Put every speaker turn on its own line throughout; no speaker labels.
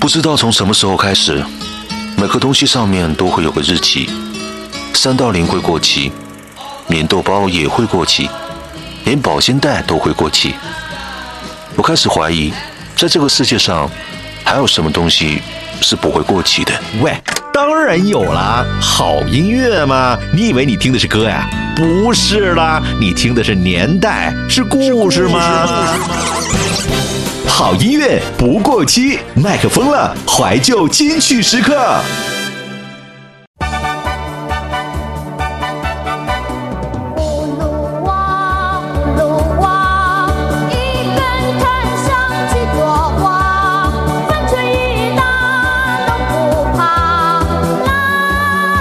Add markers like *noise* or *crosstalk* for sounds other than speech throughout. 不知道从什么时候开始，每个东西上面都会有个日期，三道零会过期，棉豆包也会过期，连保鲜袋都会过期。我开始怀疑，在这个世界上，还有什么东西是不会过期的？
喂，当然有啦，好音乐嘛！你以为你听的是歌呀？不是啦，你听的是年代，是故事嘛。好音乐不过期，麦克风了，怀旧金曲时刻。
葫芦娃，葫芦娃，一根藤上七朵花，风吹雨打都不怕，啦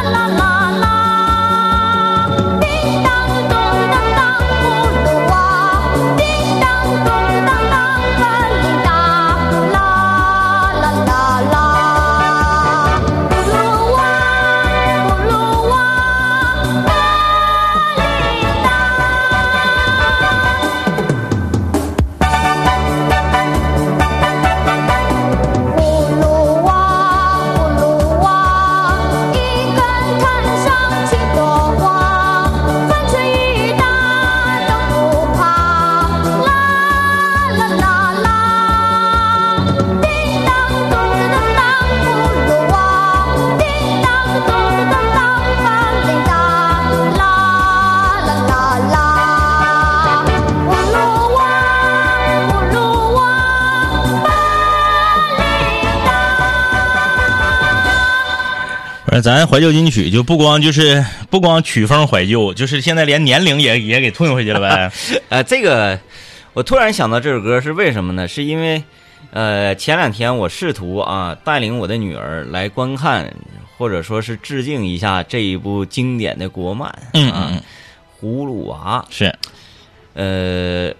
啦啦啦。叮当咚当当，葫芦娃，叮当咚当当，风铃打，啦啦啦啦。葫芦娃，葫芦娃，风铃打。葫芦娃，葫芦娃，一根藤上七朵花，风吹雨打都不怕，啦啦啦啦。叮当咚当当，葫芦娃，叮当咚当当，风铃打，啦啦啦啦。葫芦娃，葫芦娃，风铃打。
不是，咱怀旧金曲就不光就是不光曲风怀旧，就是现在连年龄也也给吞回去了 *laughs* 呗。
呃，这个我突然想到这首歌是为什么呢？是因为，呃，前两天我试图啊带领我的女儿来观看，或者说是致敬一下这一部经典的国漫，
嗯
啊，
嗯
葫芦娃》。
是，
呃，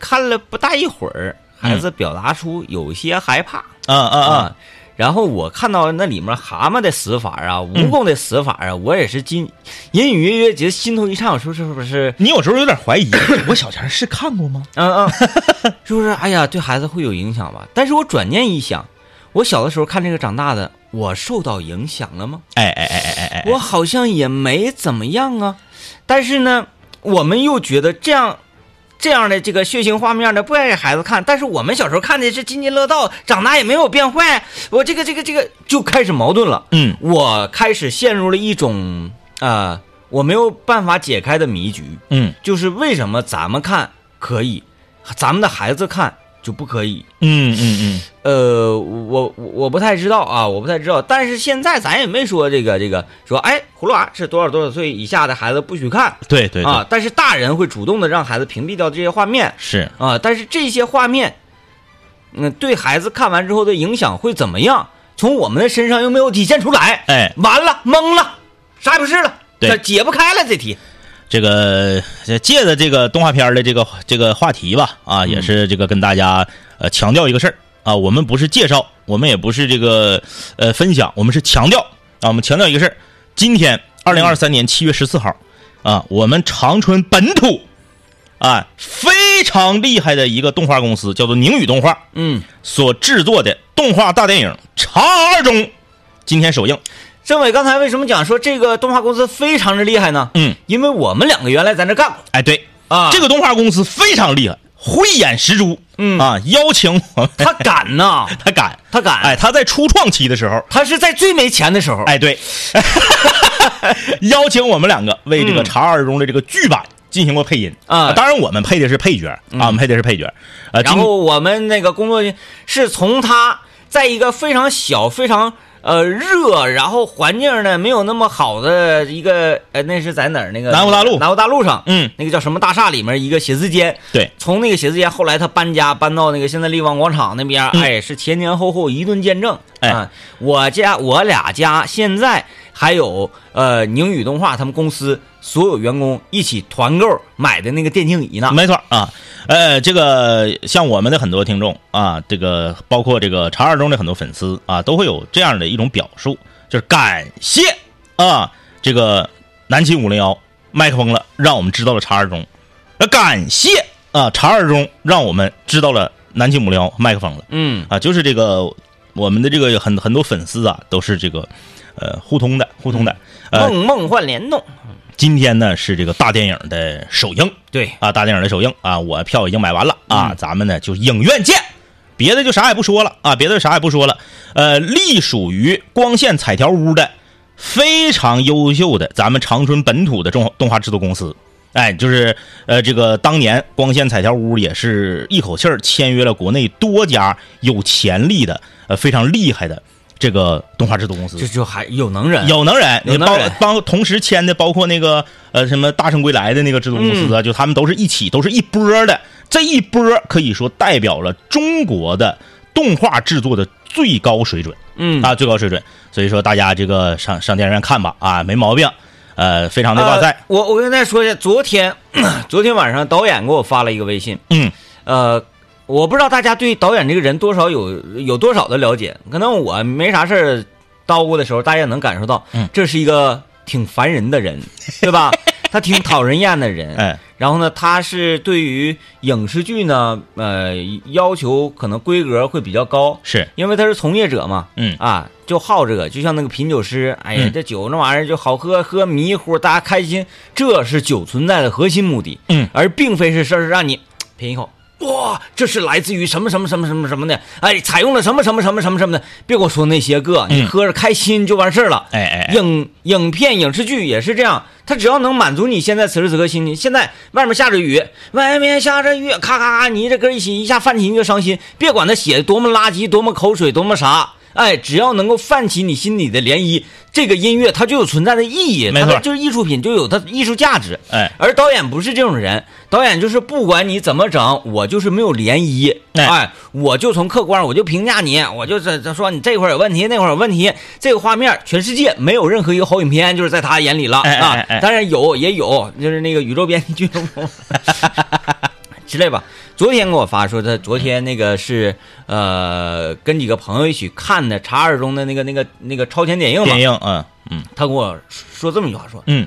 看了不大一会儿，孩子表达出有些害怕
啊嗯啊啊，
啊。然后我看到那里面蛤蟆的死法啊，
嗯
蜈蚣的死法啊，我也是今隐隐约约觉得心头一颤，我说是不是？
你有时候有点怀疑， *coughs* 我小前是看过吗？
嗯嗯，是不是？哎呀，对孩子会有影响吧？但是我转念一想，我小的时候看这个长大的，我受到影响了吗？
哎哎哎哎哎哎，
我好像也没怎么样啊。但是呢，我们又觉得这样。这样的这个血腥画面呢，不愿意孩子看，但是我们小时候看的是津津乐道，长大也没有变坏。我这个这个这个就开始矛盾了，
嗯，
我开始陷入了一种啊、呃我没有办法解开的迷局。
嗯
就是为什么咱们看可以，咱们的孩子看就不可以？
嗯嗯
呃，我我我不太知道啊，我不太知道。但是现在咱也没说这个这个，说哎，葫芦娃是多少多少岁以下的孩子不许看
嗯，对对对，
啊。但是大人会主动的让孩子屏蔽掉这些画面
是，
啊。但是这些画面，嗯，对孩子看完之后的影响会怎么样？从我们的身上又没有体现出来，
哎，
完了，懵了，啥也不是了，
对
这解不开了这题。
这个这借着这个动画片儿的这个这个话题吧，啊，也是这个跟大家呃强调一个事儿啊，我们不是介绍，我们也不是这个呃分享，我们是强调啊，我们强调一个事儿，今天二零二三年七月十四号啊，我们长春本土啊非常厉害的一个动画公司叫做宁宇动画
嗯，
所制作的动画大电影《茶二中》今天首映，
政委刚才为什么讲说这个动画公司非常之厉害呢？
嗯，
因为我们两个原来在那干过
哎对。
啊，
这个动画公司非常厉害，慧眼识珠，
嗯
啊，邀请我们，
他敢呐，
*laughs* 他敢，
他敢，哦
哎，，他在初创期的时候，
他是在最没钱的时候，
哎，对， *laughs* 邀请我们两个为这个《
嗯
茶二中》的这个剧版进行过配音
啊嗯
当然我们配的是配角啊，我们配的是配角，啊，
然后我们那个工作是从他在一个非常小、非常呃热，然后环境呢没有那么好的一个，呃，那是在哪儿？那个
南湖大路
南湖大路上，
嗯，
那个叫什么大厦里面一个写字间，
对，
从那个写字间，后来他搬家搬到那个现在力旺广场那边，
嗯
哎，是前前后后一顿见证。
哎
啊我家我俩家现在还有呃宁宇动画他们公司所有员工一起团购买的那个电竞椅呢。
没错啊，呃，这个像我们的很多听众啊，这个包括这个茶二中的很多粉丝啊，都会有这样的一种表述，就是感谢啊，这个南秦五零幺麦克风了，让我们知道了茶二中，呃，感谢啊，茶二中让我们知道了南秦五零幺麦克风了
嗯
啊，就是这个我们的这个很很多粉丝啊，都是这个呃互通的，互通的。呃，
梦梦幻联动，
今天呢是这个大电影的首映
对，
啊，大电影的首映啊，我票已经买完了啊，咱们呢就影院见。别的就啥也不说了啊，别的啥也不说了。呃，隶属于光线彩条屋的非常优秀的咱们长春本土的动动画制作公司，哎，就是呃，这个当年光线彩条屋也是一口气儿签约了国内多家有潜力的呃非常厉害的这个动画制作公司。
这就还有能人，
有能人，
哎有能
包
人
帮同时签的，包括那个呃什么《大圣归来》的那个制作公
嗯
司啊，就他们都是一起，都是一波的。这一波可以说代表了中国的动画制作的最高水准，
嗯
啊，最高水准。所以说大家这个上上电影院看吧，啊，没毛病，呃，非常的哇塞
呃，我我跟大家说一下，昨天 *clears throat* 昨天晚上导演给我发了一个微信，
嗯，
呃，我不知道大家对导演这个人多少有有多少的了解，可能我没啥事儿叨咕的时候，大家也能感受到，
嗯
这是一个挺烦人的人，
*laughs*
对吧？他挺讨人厌的人，
哎，
然后呢，他是对于影视剧呢，呃，要求可能规格会比较高，
是，
因为他是从业者嘛，
嗯
啊，就好这个，就像那个品酒师，哎呀，
嗯
这酒那玩意儿就好喝，喝迷糊，大家开心，这是酒存在的核心目的，
嗯
而并非是事儿让你品一口，哇，这是来自于什么什么什么什么什么的，哎，采用了什么什么什么什么什么的，别给我说那些个，你
嗯
喝着开心就完事儿了，
哎哎哎
影影片、影视剧也是这样，它只要能满足你现在此时此刻心情。现在外面下着雨，外面下着雨，咔咔咔，你这歌一起一下泛起你就伤心。别管它写的多么垃圾、多么口水、多么啥，哎，只要能够泛起你心里的涟漪，这个音乐它就有存在的意义，
没
它
错
就是艺术品，就有它艺术价值。
哎，
而导演不是这种人，导演就是不管你怎么整，我就是没有涟漪，
哎
哎，我就从客观上我就评价你，我就这这说你这块儿有问题，那块儿有问题，这个画面全世界没有任何一个好影片就是在他眼里了
哎哎哎
啊
哎，
当然有也有，就是那个宇宙编辑俱乐
*laughs*
部之类吧。昨天给我发说他昨天那个是呃跟几个朋友一起看的查二中的那个那个那个超前点映嘛
电，影，嗯嗯
他跟我说这么一句话说
嗯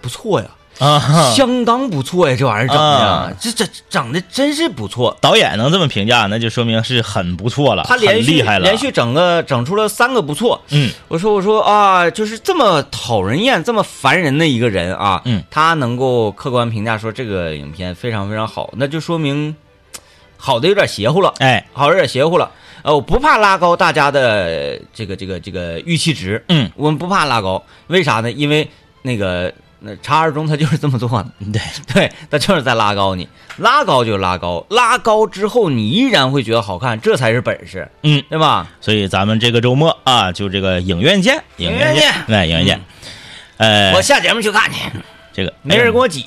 不错呀。
啊哈，
相当不错呀，这玩意儿整的，
啊
这这整的真是不错。
导演能这么评价，那就说明是很不错了，
他连
啊很
续
厉害了，
连续整个整出了三个不错，
嗯
我说我说啊，就是这么讨人厌、这么烦人的一个人啊，
嗯，
他能够客观评价说这个影片非常非常好，那就说明嘖好的有点邪乎了，
哎
好的有点邪乎了。呃，我不怕拉高大家的这个这个这个预期值，
嗯，
我们不怕拉高，为啥呢？因为那个那查二中他就是这么做的。
对
*laughs* 对，他就是在拉高你，拉高就拉高，拉高之后你依然会觉得好看，这才是本事，
嗯。
对吧？
所以咱们这个周末啊，就这个影院见，影
院
见
见，嗯
哎，影院见。呃，
我下节目去看去，
这个
没人跟我挤。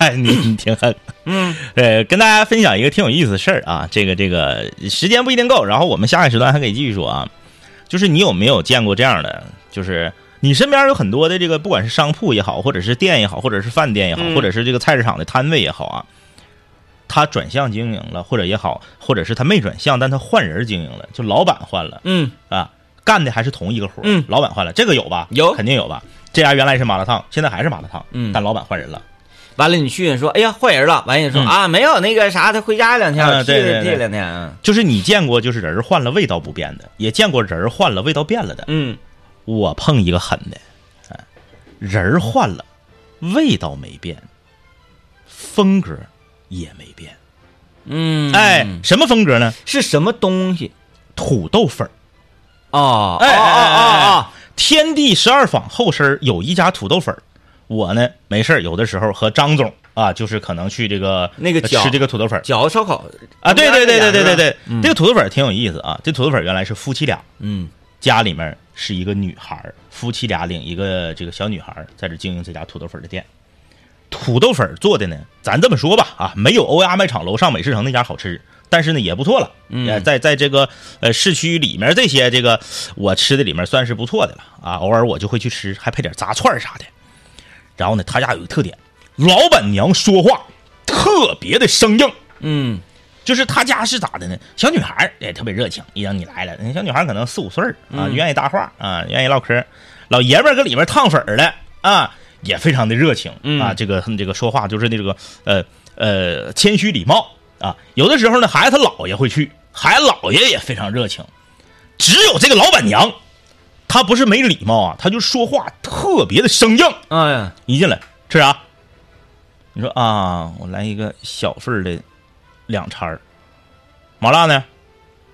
我，你 *laughs* 你挺狠。
嗯，
呃，跟大家分享一个挺有意思的事儿啊，这个这个时间不一定够，然后我们下个时段还可以继续说啊。就是你有没有见过这样的？就是你身边有很多的这个，不管是商铺也好，或者是店也好，或者是饭店也好，
嗯
或者是这个菜市场的摊位也好啊，他转向经营了，或者也好，或者是他没转向，但他换人经营了，就老板换了。
嗯，
啊，干的还是同一个活儿，
嗯
老板换了，这个有吧？
有
肯定有吧？这家原来是麻辣烫，现在还是麻辣烫，
嗯
但老板换人了，
完了你去说，哎呀换人了，完人说、
嗯
啊没有那个啥，他回家两天，
啊对对
去
对
去两天，嗯
就是你见过就是人换了味道不变的，也见过人换了味道变了的。
嗯，
我碰一个狠的，哎人换了，味道没变，风格也没变。
嗯，
哎，什么风格呢？
是什么东西？
土豆粉儿。
哦，
哎
哦
哎哎哎哎
哦哦
天地十二坊后身儿有一家土豆粉儿，我呢没事儿有的时候和张总啊，就是可能去这个呃
那个饺
吃这个土豆粉儿
哦，饺子烧烤
啊，对对对对对对，
是吧
对，这个土豆粉儿挺有意思啊。这土豆粉儿原来是夫妻俩，
嗯
家里面是一个女孩儿，夫妻俩领一个这个小女孩儿在这经营这家土豆粉儿的店。土豆粉儿做的呢，咱这么说吧啊，没有欧亚卖场楼上美食城那家好吃，但是呢也不错了。
嗯
呃在在这个呃市区里面这些这个我吃的里面算是不错的了啊，偶尔我就会去吃，还配点炸串儿啥的。然后呢，他家有一个特点，老板娘说话特别的生硬。
嗯
就是他家是咋的呢？小女孩儿也特别热情，一让你来了，那小女孩儿可能四五岁儿啊，愿意搭话啊，愿意唠嗑儿。老爷们儿搁里边儿烫粉儿的啊，也非常的热情啊，这个这个说话就是那个呃呃谦虚礼貌啊。有的时候呢，孩子他姥爷会去，孩子姥爷也非常热情。只有这个老板娘，她不是没礼貌啊，她就说话特别的生硬。
哎呀，
一进来吃啥？你说啊，我来一个小份儿的两掺儿，麻辣呢？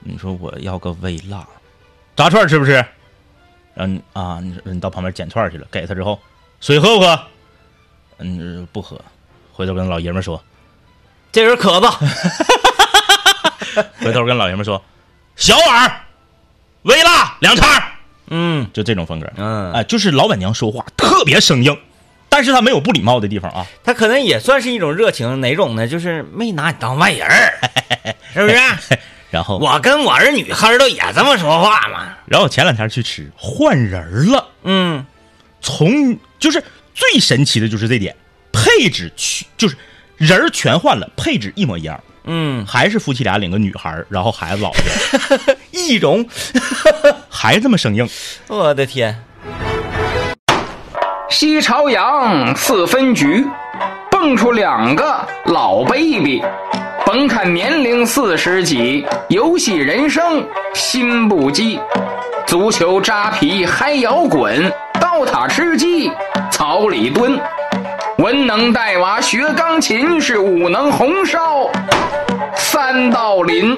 你说我要个微辣，炸串儿吃不吃？然后你啊，你说你到旁边捡串儿去了，给他之后，水喝不喝？嗯，不喝。回头跟老爷们儿说，
这人咳 *laughs* 吧，
回头跟老爷们儿说，小碗儿，微辣两掺儿，
嗯
就这种风格。
嗯，
哎，就是老板娘说话特别生硬，但是她没有不礼貌的地方啊。 *laughs*
他可能也算是一种热情，哪种呢？就是没拿你当外人 *laughs* 儿，是不是？
然后
我跟我儿女黑儿都也这么说话嘛，
然后我前两天去吃，换人了。
嗯
从就是最神奇的就是这点，配置去就是人儿全换了，配置一模一样，
嗯，
还是夫妻俩领个女孩儿，然后孩子老着，
易容，
还这么生硬。
我的天，
西朝阳四分局，蹦出两个老 baby，甭看年龄四十几，游戏人生心不羁，足球扎皮嗨摇滚，刀塔吃鸡草里蹲，文能带娃学钢琴，是武能红烧三道林。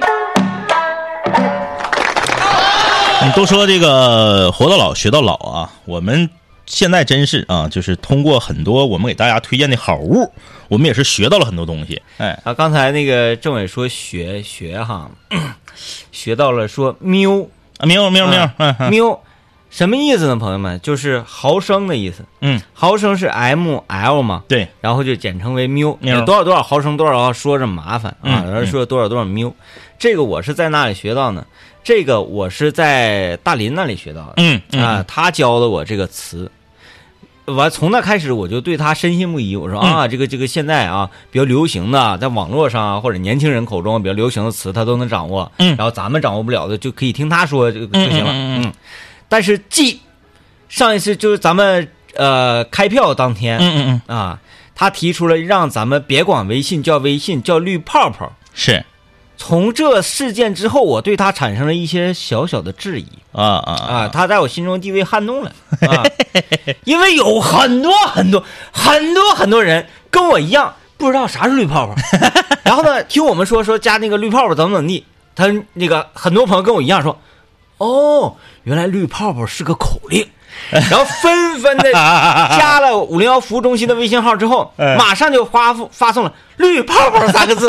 你都说这个活到老学到老啊，我们现在真是啊，就是通过很多我们给大家推荐的好物，我们也是学到了很多东西。哎，
啊，刚才那个政委说学学哈， *clears throat* 学到了说喵哎
啊，喵喵喵，嗯嗯
喵，什么意思呢？朋友们，就是毫升的意思，
嗯，
毫升是 M L 嘛，
对，
然后就简称为缪，
缪
有多少多少毫升多少毫升说着麻烦啊，
嗯
有人说多少多少缪，这个我是在那里学到呢，这个我是在大林那里学到的，
嗯嗯
啊，他教的我这个词。完，从那开始我就对他深信不疑。我说
嗯
啊，这个这个现在啊比较流行的，在网络上啊或者年轻人口中比较流行的词，他都能掌握。
嗯
然后咱们掌握不了的，就可以听他说这个就行了。
嗯嗯嗯嗯
但是记上一次就是咱们呃开票当天，
嗯嗯嗯，
啊，他提出了让咱们别管微信叫微信，叫绿泡泡。
是
从这事件之后，我对他产生了一些小小的质疑
啊啊
啊，，他在我心中地位撼动了啊，因为有很多很多很多很多人跟我一样不知道啥是绿泡泡，然后呢，听我们说说加那个绿泡泡怎么怎么地，他那个很多朋友跟我一样说，哦，原来绿泡泡是个口令，然后纷纷的加了五零幺服务中心的微信号之后，
哎
马上就发复发送了“绿泡泡”三个字，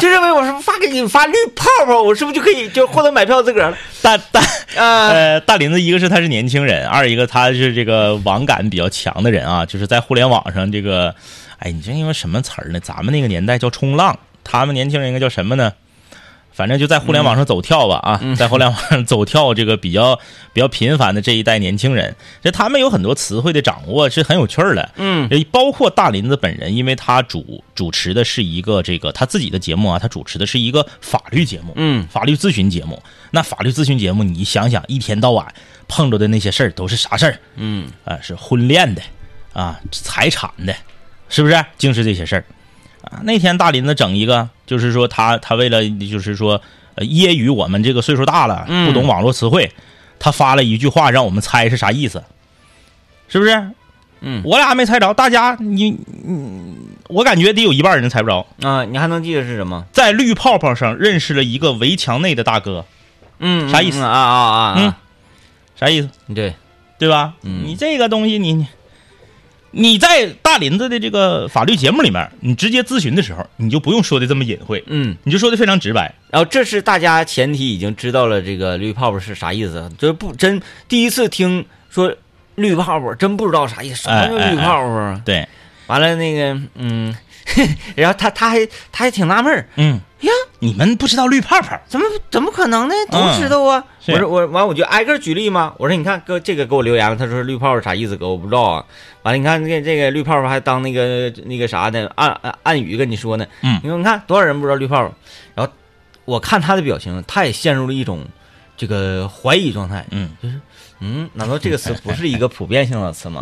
就认为我是不是发给你发绿泡泡，我是不是就可以就获得买票资格了？
大大
啊，
呃，大林子一个是他是年轻人，二一个他是这个网感比较强的人啊，就是在互联网上这个，哎，你这因为什么词儿呢？咱们那个年代叫冲浪，他们年轻人应该叫什么呢？反正就在互联网
嗯
上走跳吧啊，在互联网上走跳这个比较比较频繁的这一代年轻人，这他们有很多词汇的掌握是很有趣儿的，呃
嗯，
包括大林子本人，因为他主主持的是一个这个他自己的节目啊，他主持的是一个法律节目，
嗯
法律咨询节目。那法律咨询节目，你想想，一天到晚碰着的那些事儿都是啥事儿？嗯，啊，是婚恋的，啊，财产的，是不是？竟是这些事儿。啊，那天大林子整一个，就是说他他为了就是说呃揶揄我们这个岁数大了不懂网络词汇，他发了一句话让我们猜是啥意思，是不是？
嗯
我俩没猜着，大家你你，我感觉得有一半人猜不着。
啊，你还能记得是什么？
在绿泡泡上认识了一个围墙内的大哥，
嗯，
啥意思
嗯啊啊啊啊！
啥意思？
对，
对吧？你这个东西你，你你在大林子的这个法律节目里面，你直接咨询的时候，你就不用说的这么隐晦，
嗯，
你就说的非常直白。
然后这是大家前提已经知道了这个绿泡泡是啥意思，就是不真第一次听说绿泡泡，真不知道啥意思，什么
哎哎
叫绿
哎
泡泡啊？
对，
完了那个，嗯， *laughs* 然后他他还他还挺纳闷儿，
嗯，
呀，
你们不知道绿泡泡，
怎么怎么可能呢？都
嗯
知道啊！
是
我说我完我就挨个儿举例嘛。我说你看哥这个给我留言了，他说绿泡泡啥意思？哥我不知道啊。完了你看这个这个绿泡泡还当那个那个啥呢？暗暗暗语跟你说呢。
嗯
你说你看多少人不知道绿泡泡？然后我看他的表情，他也陷入了一种这个怀疑状态。
嗯，
就是嗯，难道这个词不是一个普遍性的
*laughs*
词吗？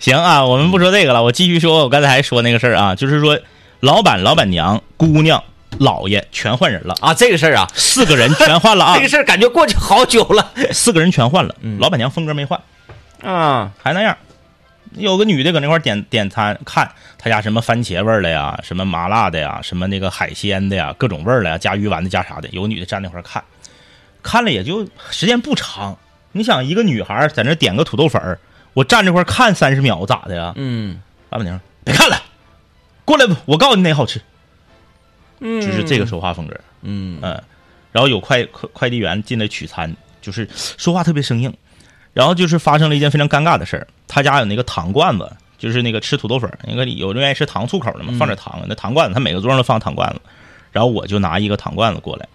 行啊，我们不说这个了，我继续说我刚才还说那个事儿啊，就是说老板、老板娘、姑娘、老爷全换人了，
啊，这个事儿啊，
四个人全换了啊
*laughs* 这个，事儿感觉过去好久了
四个人全换了，老板娘风格没换，
啊。
还那样。有个女的搁那块儿点点餐，看她家什么番茄味儿的呀，什么麻辣的呀，什么那个海鲜的呀，各种味儿的呀，加鱼丸子加啥的。有个女的站那块儿看，看了也就时间不长。你想一个女孩儿在那点个土豆粉儿，我站这块儿看三十秒咋的呀？
嗯
老板娘说别看了，过来吧，我告诉你哪好吃，
嗯，
就是这个说话风格。
嗯
嗯，然后有快快快递员进来取餐，就是说话特别生硬。然后就是发生了一件非常尴尬的事儿，他家有那个糖罐子，就是那个吃土豆粉儿，那个有人愿意吃糖醋口的嘛，
嗯
放点糖，那糖罐子，他每个桌上都放糖罐子。然后我就拿一个糖罐子过来，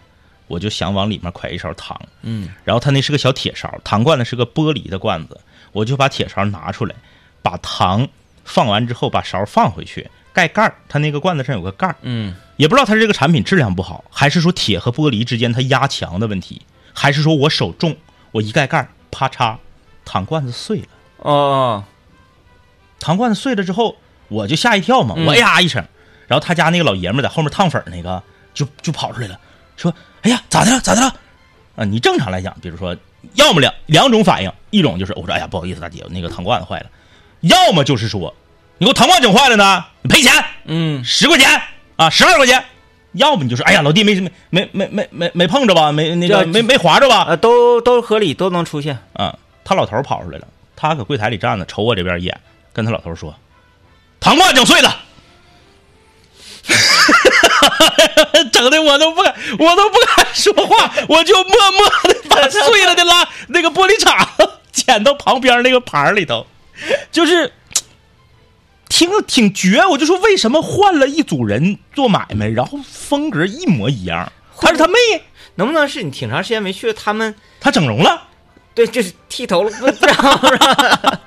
我就想往里面㧟一勺糖，
嗯，
然后他那是个小铁勺，糖罐子是个玻璃的罐子，我就把铁勺拿出来，把糖放完之后，把勺放回去，盖盖儿，他那个罐子上有个盖儿，
嗯
也不知道它是这个产品质量不好，还是说铁和玻璃之间它压强的问题，还是说我手重，我一盖盖儿，啪嚓，糖罐子碎了。
哦
糖罐子碎了之后，我就吓一跳嘛，
嗯
我哎呀一声，然后他家那个老爷们儿在后面烫粉儿那个就就跑出来了，说：“哎呀，咋的了？咋的了？”啊，你正常来讲，比如说，要么两两种反应，一种就是我说：“哎呀，不好意思，大姐，那个糖罐子坏了。”要么就是说，你给我糖罐整坏了呢，你赔钱。
嗯
十块钱啊，十二块钱，要不你就说，哎呀，老弟没没没没没没没碰着吧，没那个
这
没没划着吧，
啊，都都合理，都能出现。
啊，他老头儿跑出来了，他搁柜台里站着，瞅我这边一眼，跟他老头儿说，糖罐整碎了。 *laughs* 整的我都不敢，我都不敢说话，我就默默的把碎了的拉那个玻璃碴 *laughs* 子捡到旁边那个盘儿里头，就是挺挺绝。我就说为什么换了一组人做买卖，然后风格一模一样，但是他妹
能不能是你挺长时间没去，他们
他整容了。
对， *laughs* 就是剃头了，不不让让。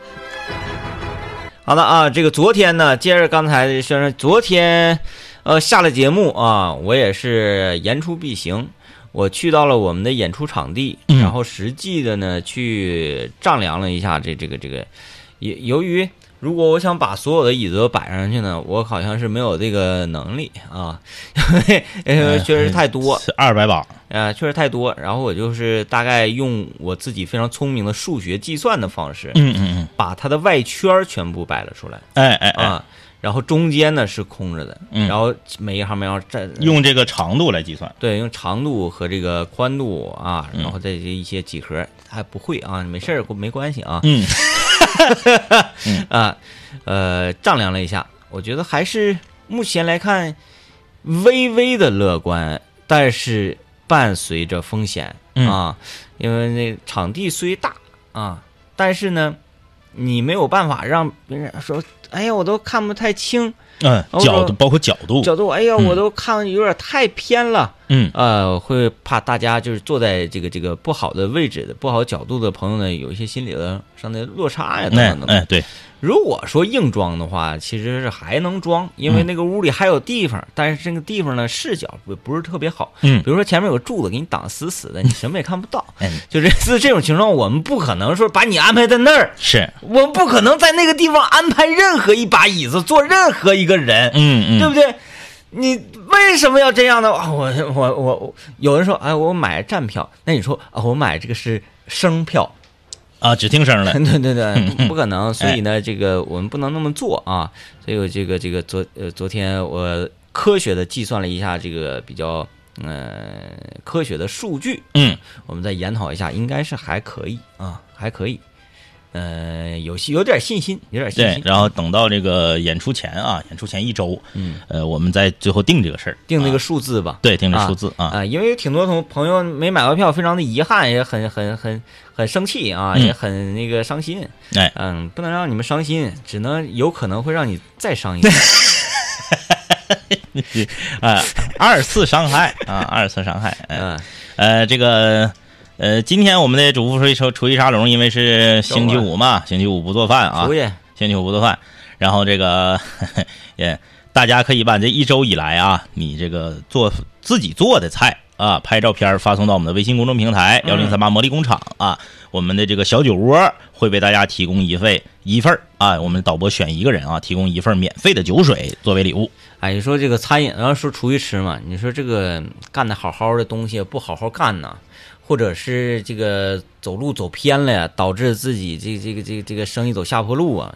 *laughs* 好的啊，这个昨天呢，接着刚才的先生，昨天呃下了节目啊，我也是言出必行，我去到了我们的演出场地，
嗯
然后实际的呢去丈量了一下这这个这个，由由于如果我想把所有的椅子都摆上去呢，我好像是没有这个能力啊，因为因为呃确实太多，
嗯二百把，
呃，确实太多。然后我就是大概用我自己非常聪明的数学计算的方式，
嗯嗯嗯，
把它的外圈儿全部摆了出来
哎哎哎，
啊，然后中间呢是空着的，
嗯
然后每一行每一行占
用这个长度来计算。
对用长度和这个宽度啊，
嗯
然后再这一些几何，还不会啊，没事儿，没关系啊
嗯，
啊，呃，丈量了一下，我觉得还是目前来看微微的乐观，但是伴随着风险、
嗯
啊，因为那场地虽大啊，但是呢，你没有办法让别人说，哎呀，我都看不太清
嗯，
哦
角
我
度包括角度，
角度，哎呀，我
嗯
都看有点太偏了。
嗯
呃，会怕大家就是坐在这个这个不好的位置的不好角度的朋友呢，有一些心理的上的落差呀，等
哎
等等等。
哎，对，
如果说硬装的话，其实是还能装，因
嗯
为那个屋里还有地方，但是这个地方呢视角不不是特别好。
嗯
比如说前面有个柱子给你挡死死的，你什么也看不到。
嗯
就这次这种情况，我们不可能说把你安排在那儿，
是，
我们不可能在那个地方安排任何一把椅子坐任何一个人，
嗯
对不
嗯，
对？你为什么要这样呢？啊我我我我，有人说，哎，我买站票，那你说啊，我买这个是声票，
啊，只听
*laughs*
声了，
对对对，
嗯
不不可能。所以呢，这个我们不能那么做啊。所以我这个这个昨呃昨天我科学的计算了一下这个比较呃科学的数据，
嗯，
我们再研讨一下，应该是还可以啊，还可以。呃，有信有点信心，有点信
对
心。。
然后等到这个演出前啊，演出前一周，
嗯，
呃，我们再最后定这个事儿，
定那个
啊
数字吧。
对，定这数字啊，
啊，因为有挺多同朋友没买到票，非常的遗憾，也很很很很生气啊，也
嗯
很那个伤心。
哎，
嗯，不能让你们伤心，只能有可能会让你再伤心。
啊， *laughs* 二次伤害啊，二次伤害，哎
嗯，
呃，这个呃，今天我们的主妇厨艺厨厨艺沙龙，因为是星期五嘛，星期五不做饭 *laughs* 啊
出，去，
星期五不做饭，然后这个 *laughs* 也大家可以把这一周以来啊，你这个做自己做的菜啊，拍照片发送到我们的微信公众平台
嗯
幺零三八魔力工厂啊，我们的这个小酒窝会为大家提供一份一份儿啊，我们导播选一个人啊，提供一份免费的酒水作为礼物。
哎，你说这个餐饮，然后说出去吃嘛，你说这个干的好好的东西不好好干呐，或者是这个走路走偏了呀，导致自己这这个这个这个生意走下坡路啊，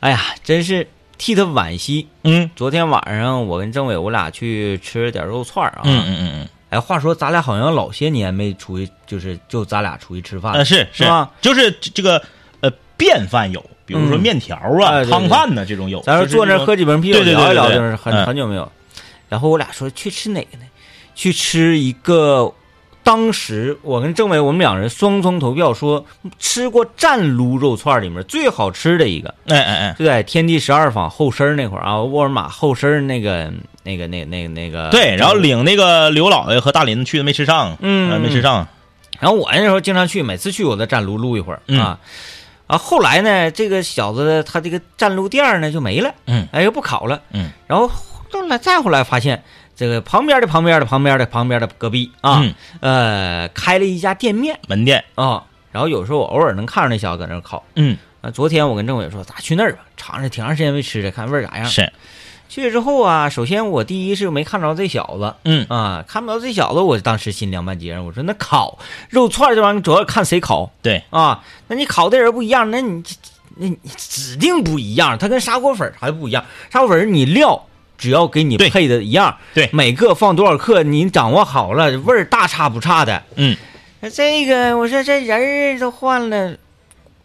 哎呀，真是替他惋惜。
嗯
昨天晚上我跟政委我俩去吃了点肉串儿啊，
嗯嗯嗯
哎，话说咱俩好像老些年没出去，就是就咱俩出去吃饭
嗯，
了，
呃是
啊
是
是吧？
就是这这个呃便饭有，比如说
嗯
面条
哎
啊、
对对
汤饭呐这种有，
咱
就
说
是
坐那儿
种
喝几瓶啤酒
对对对
聊一聊，
对对
就是很
嗯
很久没有。然后我俩说去吃哪个呢？去吃一个，当时我跟政委我们两人双双投票说，吃过湛炉肉串里面最好吃的一个，
哎哎哎。
就在天地十二坊后身儿那块儿啊，沃尔玛后身儿那个那个那那那个。
对，然后领那个刘老爷和大林去的没吃上，
嗯
呃没吃上，
然后我那时候经常去，每次去我都站炉撸一会儿、
嗯
啊。啊，后来呢，这个小子他这个站炉店儿呢就没了，
嗯，
哎，又不烤了，
嗯，
然后后来再后来发现，这个旁边的旁边的旁边的旁边的隔壁啊，
嗯
呃，开了一家店面
门店，
啊、然后有时候我偶尔能看着那小子搁那儿烤。
嗯，
啊，昨天我跟政委说，咱去那儿吧，尝尝，挺长时间没吃了，看味儿咋样。
是，
去了之后啊，首先我第一是没看着这小子，
嗯
啊，看不着这小子，我当时心凉半截儿。我说那烤肉串这玩意儿主要看谁烤
对，
啊，那你烤的人不一样，那你那你指定不一样，它跟砂锅粉儿还不一样。砂锅粉儿你料只要给你
对
配的一样，
对
每个放多少克，你掌握好了，味儿大差不差的。
嗯，
那这个我说这人儿都换了。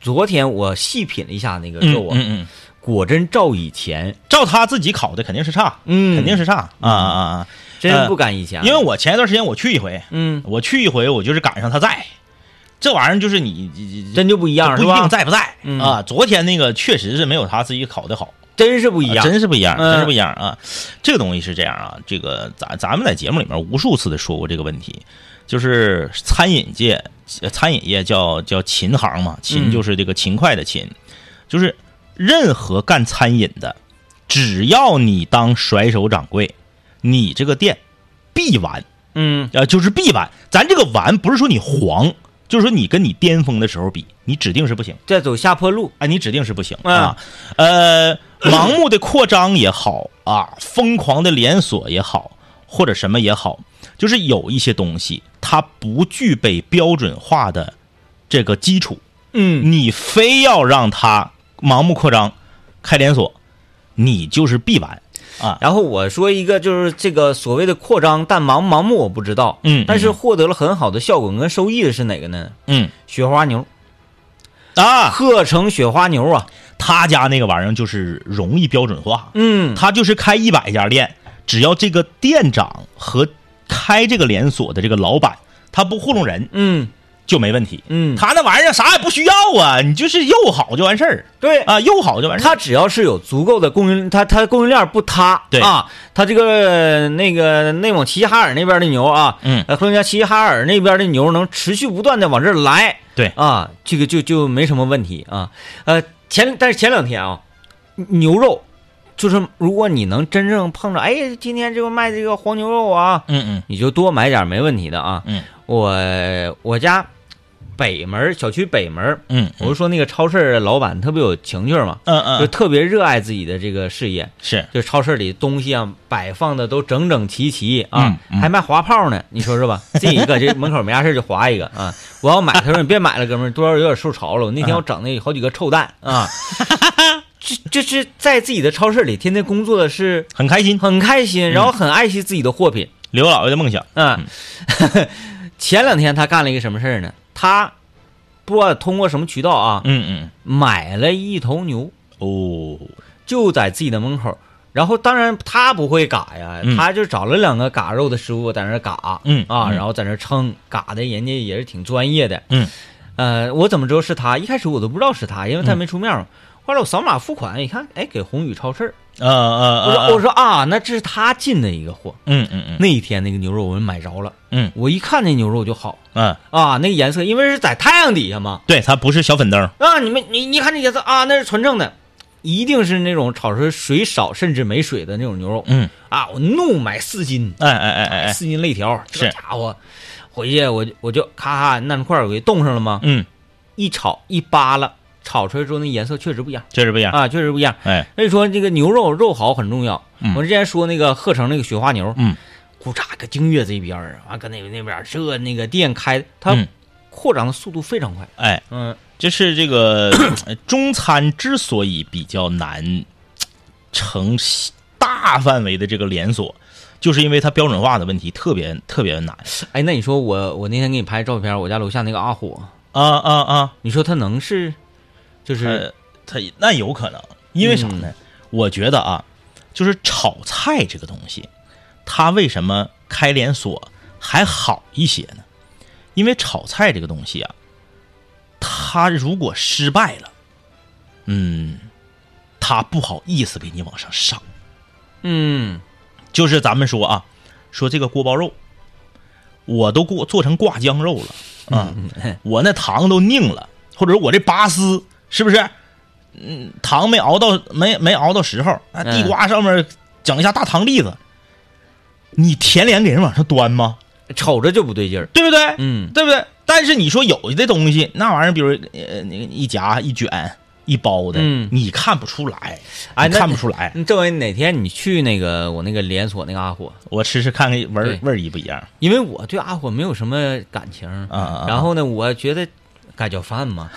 昨天我细品了一下那个
嗯
肉啊，
嗯嗯，
果真照以前，
照他自己烤的肯定是差，
嗯
肯定是差啊啊啊！
真
呃
不敢以前
啊
了，
因为我前一段时间我去一回，
嗯，
我去一回我就是赶上他在，这玩意儿就是你你
真就不一样，
不
是
一定
吧？
在不在
嗯
啊。昨天那个确实是没有他自己烤的好，
真是不一
啊
样，
真是不一样，
嗯
真是不一样啊！这个东西是这样啊，这个咱咱们在节目里面无数次的说过这个问题，就是餐饮界，呃餐饮业叫叫秦行嘛，
嗯
秦就是这个勤快的勤，就是任何干餐饮的，只要你当甩手掌柜，你这个店必完。
嗯
呃，就是必完。咱这个完不是说你黄，就是说你跟你巅峰的时候比，你指定是不行，
在走下坡路，
啊，你指定是不行啊。呃，盲目的扩张也好啊，疯狂的连锁也好，或者什么也好，就是有一些东西它不具备标准化的这个基础，
嗯，
你非要让它盲目扩张、开连锁，你就是必完啊。
然后我说一个，就是这个所谓的扩张，但盲盲目我不知道，
嗯
但是
嗯
获得了很好的效果跟收益的是哪个呢？
嗯
雪花牛，
啊，
鹤城雪花牛啊，
他家那个玩意儿就是容易标准化，
嗯，
他就是开一百家店，只要这个店长和开这个连锁的这个老板，他不糊弄人
嗯
就没问题。
嗯，
他那玩意儿啥也不需要啊，你就是又好就完事儿
对，
啊，又好就完事儿。
它只要是有足够的供应，它它供应链不塌，
对
啊，它这个那个内蒙齐齐哈尔那边的牛啊，
嗯
呃，黑龙江齐齐哈尔那边的牛能持续不断的往这儿来，
对
啊，这个就就没什么问题啊，呃，前但是前两天啊，牛肉就是如果你能真正碰着，哎，今天这个卖这个黄牛肉啊，
嗯
你就多买点儿没问题的啊，
嗯
我我家北门儿小区北门儿，
嗯
我就说那个超市儿老板特别有情趣儿嘛。
嗯
就
嗯，
特别热爱自己的这个事业，
是
就超市里东西啊摆放的都整整齐齐啊，
嗯嗯
还卖滑炮呢，你说是
*laughs*
吧？这一个这门口没啥事儿就滑一个啊，我要买，他说你别买了，哥们儿，多少有点受潮了。我那
嗯
天我整那好几个臭蛋
*laughs*
啊，这这是在自己的超市里天天工作的是
很开心。
很开
嗯
心，然后很爱惜自己的货品，
刘老爷的梦想，
嗯， *laughs* 前两天他干了一个什么事儿呢？他不知道通过什么渠道啊，
嗯嗯，
买了一头牛，
哦，
就在自己的门口。然后，当然他不会嘎呀，
嗯
他就找了两个嘎肉的师傅在那儿嘎，
嗯
啊，
嗯
然后在那儿称嘎的，人家也是挺专业的，
嗯，
呃，我怎么知道是他？一开始我都不知道是他，因为他没出面
嗯
嘛。后来我扫码付款，一看，哎，给宏宇超市，
呃呃
我说、
呃，
我说啊，那这是他进的一个货。
嗯嗯
那一天那个牛肉我们买着了，
嗯
我一看那牛肉就好
嗯，
啊，那个颜色，因为是在太阳底下嘛，
对，他不是小粉灯，
啊，你们你你看这颜色啊，那是纯正的，一定是那种炒出水少甚至没水的那种牛肉。
嗯
啊，我怒买四斤，
哎哎哎哎哎，
四斤肋条，这
是
家伙，回去我就我就咔咔那块儿我给冻上了吗？
嗯，
一炒一扒拉，炒出来之后那颜色确实不一样
确实不一样。
啊，确实不一样。
哎，
所以说这个牛肉肉好很重要。
嗯
我之前说那个鹤城那个雪花牛，
嗯，
咕嚓搁京悦这边儿啊，搁那那边儿这那个店开，它
嗯
扩张的速度非常快。
哎，
嗯，
就是这
*coughs*
个呃中餐之所以比较难成大范围的这个连锁，就是因为它标准化的问题特别特别难。
哎，那你说我我那天给你拍照片，我家楼下那个阿火，
啊啊啊！
你说他能是，就是、
呃，它那有可能，因为啥呢？我觉得啊，就是炒菜这个东西，它为什么开连锁还好一些呢？因为炒菜这个东西啊，它如果失败了，嗯，它不好意思给你往上上。
嗯
就是咱们说啊，说这个锅包肉，我都给我做成挂浆肉了啊，
嗯
我那糖都拧了，或者说我这拔丝是不是？嗯，糖没熬到没没熬到时候，啊，
嗯
地瓜上面整一下大糖粒子，你舔脸给人往上端吗？
瞅着就不对劲儿。
对不对？
嗯
对不对？但是你说有的东西，那玩意儿，比如呃，那个一夹一卷一包的，
嗯
你看不出来，
哎
你
那
看不出来。
你政委哪天你去那个我那个连锁那个阿火，
我吃吃看看味儿
对
味儿一不一样？
因为我对阿火没有什么感情嗯
啊
然后呢，我觉得该叫饭嘛，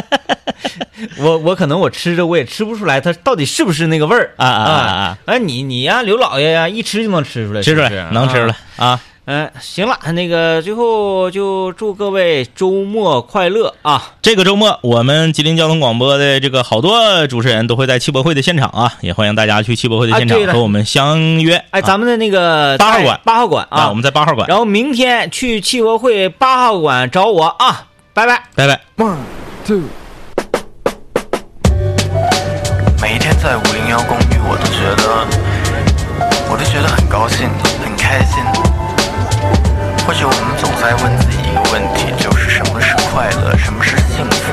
*laughs* 我我可能我吃着我也吃不出来它到底是不是那个味儿
啊啊
啊
啊啊！
哎，你你呀、刘老爷呀、一吃就能吃出来，
吃出
是不
来
是
能吃出来。啊！
嗯、呃行了，那个最后就祝各位周末快乐啊！
这个周末，我们吉林交通广播的这个好多主持人都会在汽博会的现场啊，也欢迎大家去汽博会的现
啊
场
对了
和我们相约。
哎，咱们的那个
啊八号馆
八号馆
啊，
啊，
我们在八号馆，
然后明天去汽博会八号馆找我啊，拜拜。
拜拜。
每一天在五零幺公寓，我都觉得，我都觉得很高兴，很开心。或许我们总在问自己一个问题，就是什么是快乐，什么是幸福？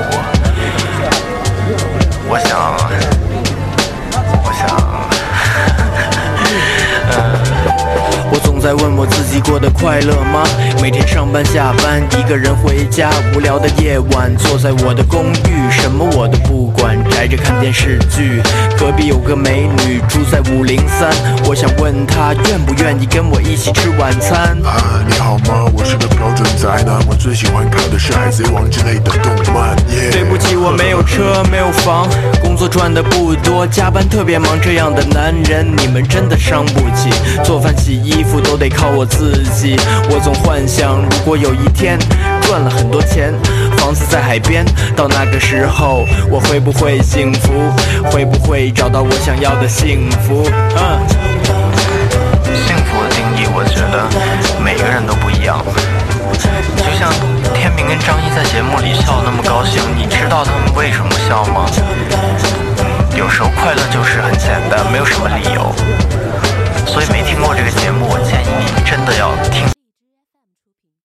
我想，我想。
我总在问我自己过得快乐吗？每天上班下班，一个人回家，无聊的夜晚，坐在我的公寓，什么我都不管，宅着看电视剧。隔壁有个美女住在五零三，我想问她愿不愿意跟我一起吃晚餐。
啊，你好吗？我是个标准宅男，我最喜欢看的是《海贼王》之类的动漫。耶
对不起，我没有车，没有房，工作赚的不多，加班特别忙。这样的男人，你们真的伤不起。做饭、洗衣服都得靠我自己。我总幻想，如果有一天赚了很多钱，房子在海边，到那个时候，我会不会幸福？会不会找到我想要的幸福？嗯。
幸福的定义，我觉得每个人都不一样。就像天明跟张一在节目里笑得那么高兴，你知道他们为什么笑吗？嗯有时候快乐就是很简单，没有什么理由。